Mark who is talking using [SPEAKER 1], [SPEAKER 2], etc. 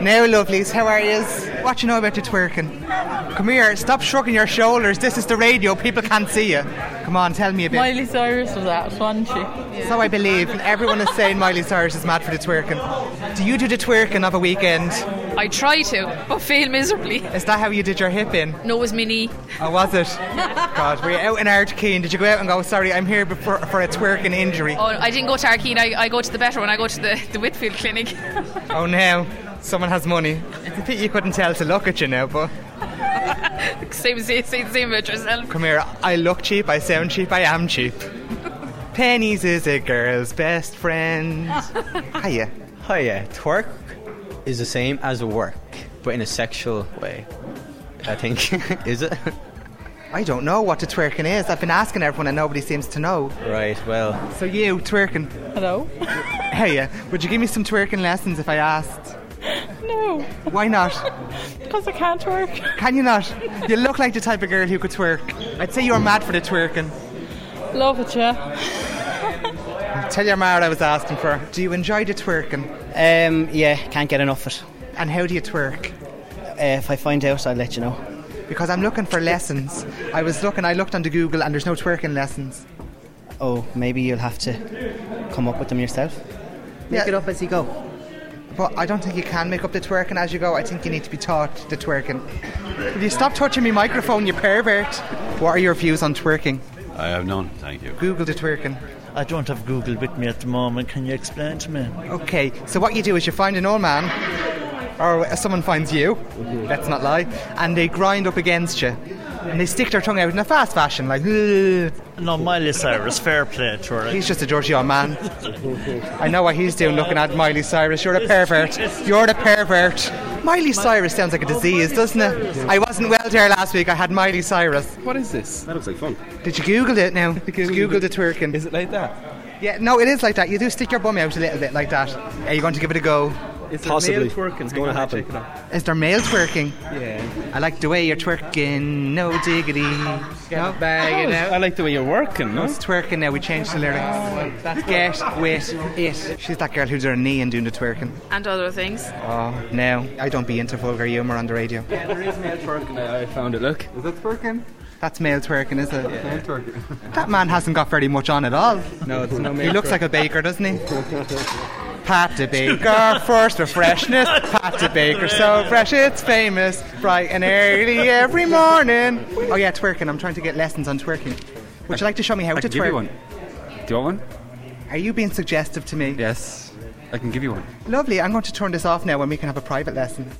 [SPEAKER 1] Now, lovelies, how are yous? What you know about the twerking? Come here, stop shrugging your shoulders. This is the radio, people can't see you. Come on, tell me a bit.
[SPEAKER 2] Miley Cyrus was out, wasn't she?
[SPEAKER 1] So I believe, and everyone is saying Miley Cyrus is mad for the twerking. Do you do the twerking of a weekend?
[SPEAKER 3] I try to, but fail miserably.
[SPEAKER 1] Is that how you did your hip in?
[SPEAKER 3] No, it was my knee.
[SPEAKER 1] Oh, was it? God, were you out in Ardkeen? Did you go out and go, sorry, I'm here for, for a twerking injury?
[SPEAKER 3] Oh, I didn't go to Arkeen, I, I go to the better one, I go to the, the Whitfield Clinic.
[SPEAKER 1] Oh, now, someone has money. It's a pity you couldn't tell to look at you now, but
[SPEAKER 3] same, same, same, same about yourself.
[SPEAKER 1] come here, I look cheap, I sound cheap, I am cheap. Pennies is a girl's best friend. Hiya.
[SPEAKER 4] Hiya. Oh, Twerk is the same as work, but in a sexual way. I think. is it?
[SPEAKER 1] I don't know what the twerking is. I've been asking everyone and nobody seems to know.
[SPEAKER 4] Right, well,
[SPEAKER 1] So you, twerking.
[SPEAKER 2] Hello?
[SPEAKER 1] Hiya. Would you give me some twerking lessons if I asked?
[SPEAKER 2] no,
[SPEAKER 1] Why not?
[SPEAKER 2] because I can't work.
[SPEAKER 1] Can you not? You look like the type of girl who could twerk. I'd say you're mad for the twerking.
[SPEAKER 2] Love it, yeah.
[SPEAKER 1] Tell your ma what I was asking for. Do you enjoy the twerking?
[SPEAKER 5] Um, yeah, can't get enough of it.
[SPEAKER 1] And how do you twerk?
[SPEAKER 5] Uh, if I find out, I'll let you know.
[SPEAKER 1] Because I'm looking for lessons. I was looking, I looked onto Google and there's no twerking lessons.
[SPEAKER 5] Oh, maybe you'll have to come up with them yourself. Make
[SPEAKER 1] Yeah.
[SPEAKER 5] it up as you go.
[SPEAKER 1] But I don't think you can make up the twerking as you go. I think you need to be taught the twerking. Will you stop touching me microphone, you pervert? What are your views on twerking?
[SPEAKER 6] I have none, thank you.
[SPEAKER 1] Google the twerking.
[SPEAKER 7] I don't have Google with me at the moment. Can you explain to me?
[SPEAKER 1] Okay, so what you do is you find an old man, or someone finds you, let's not lie, and they grind up against you. And they stick their tongue out in a fast fashion, like, "Ugh."
[SPEAKER 7] No, Miley Cyrus, fair play to her.
[SPEAKER 1] he's just a dirty old man. I know what he's doing looking at Miley Cyrus. You're a pervert. You're the pervert. Miley Cyrus sounds like a disease, doesn't it? I wasn't well there last week. I had Miley Cyrus.
[SPEAKER 8] What is this? That looks like fun.
[SPEAKER 1] Did you Google it now? Google, Google the twerking.
[SPEAKER 8] Is it like that?
[SPEAKER 1] yeah, no, it is like that. You do stick your bum out a little bit like that. Are you going to give it a go?
[SPEAKER 8] Is
[SPEAKER 4] Possibly.
[SPEAKER 8] There male twerking?
[SPEAKER 4] It's
[SPEAKER 8] Hang
[SPEAKER 4] gonna
[SPEAKER 8] on, I'll
[SPEAKER 4] happen.
[SPEAKER 8] check it out.
[SPEAKER 1] Is there male twerking?
[SPEAKER 8] Yeah.
[SPEAKER 1] I like the way you're twerking, no diggity. No bagging
[SPEAKER 8] Oh, I
[SPEAKER 1] out.
[SPEAKER 8] like the way you're working. No?
[SPEAKER 1] It's twerking now, we changed the lyrics. That's get with it. She's that girl who's on her knee and doing the twerking.
[SPEAKER 3] And other things.
[SPEAKER 8] Uh,
[SPEAKER 1] Oh, no, I don't be into vulgar humour on the radio.
[SPEAKER 8] There is male twerking. I found it. Look. Is that twerking?
[SPEAKER 1] That's male twerking, is it?
[SPEAKER 8] Male twerking.
[SPEAKER 1] That man hasn't got very much on at all.
[SPEAKER 8] No, it's no male.
[SPEAKER 1] He looks like a baker, doesn't he? Pat the Baker, first with freshness. Pat the Baker, so fresh it's famous. Bright and early every morning. Oh yeah, twerking. I'm trying to get lessons on twerking. Would you like to show me how
[SPEAKER 8] I
[SPEAKER 1] to
[SPEAKER 8] can
[SPEAKER 1] twerk?
[SPEAKER 8] give you one. Do you want one?
[SPEAKER 1] Are you being suggestive to me?
[SPEAKER 8] Yes. I can give you one.
[SPEAKER 1] Lovely. I'm going to turn this off now, and we can have a private lesson.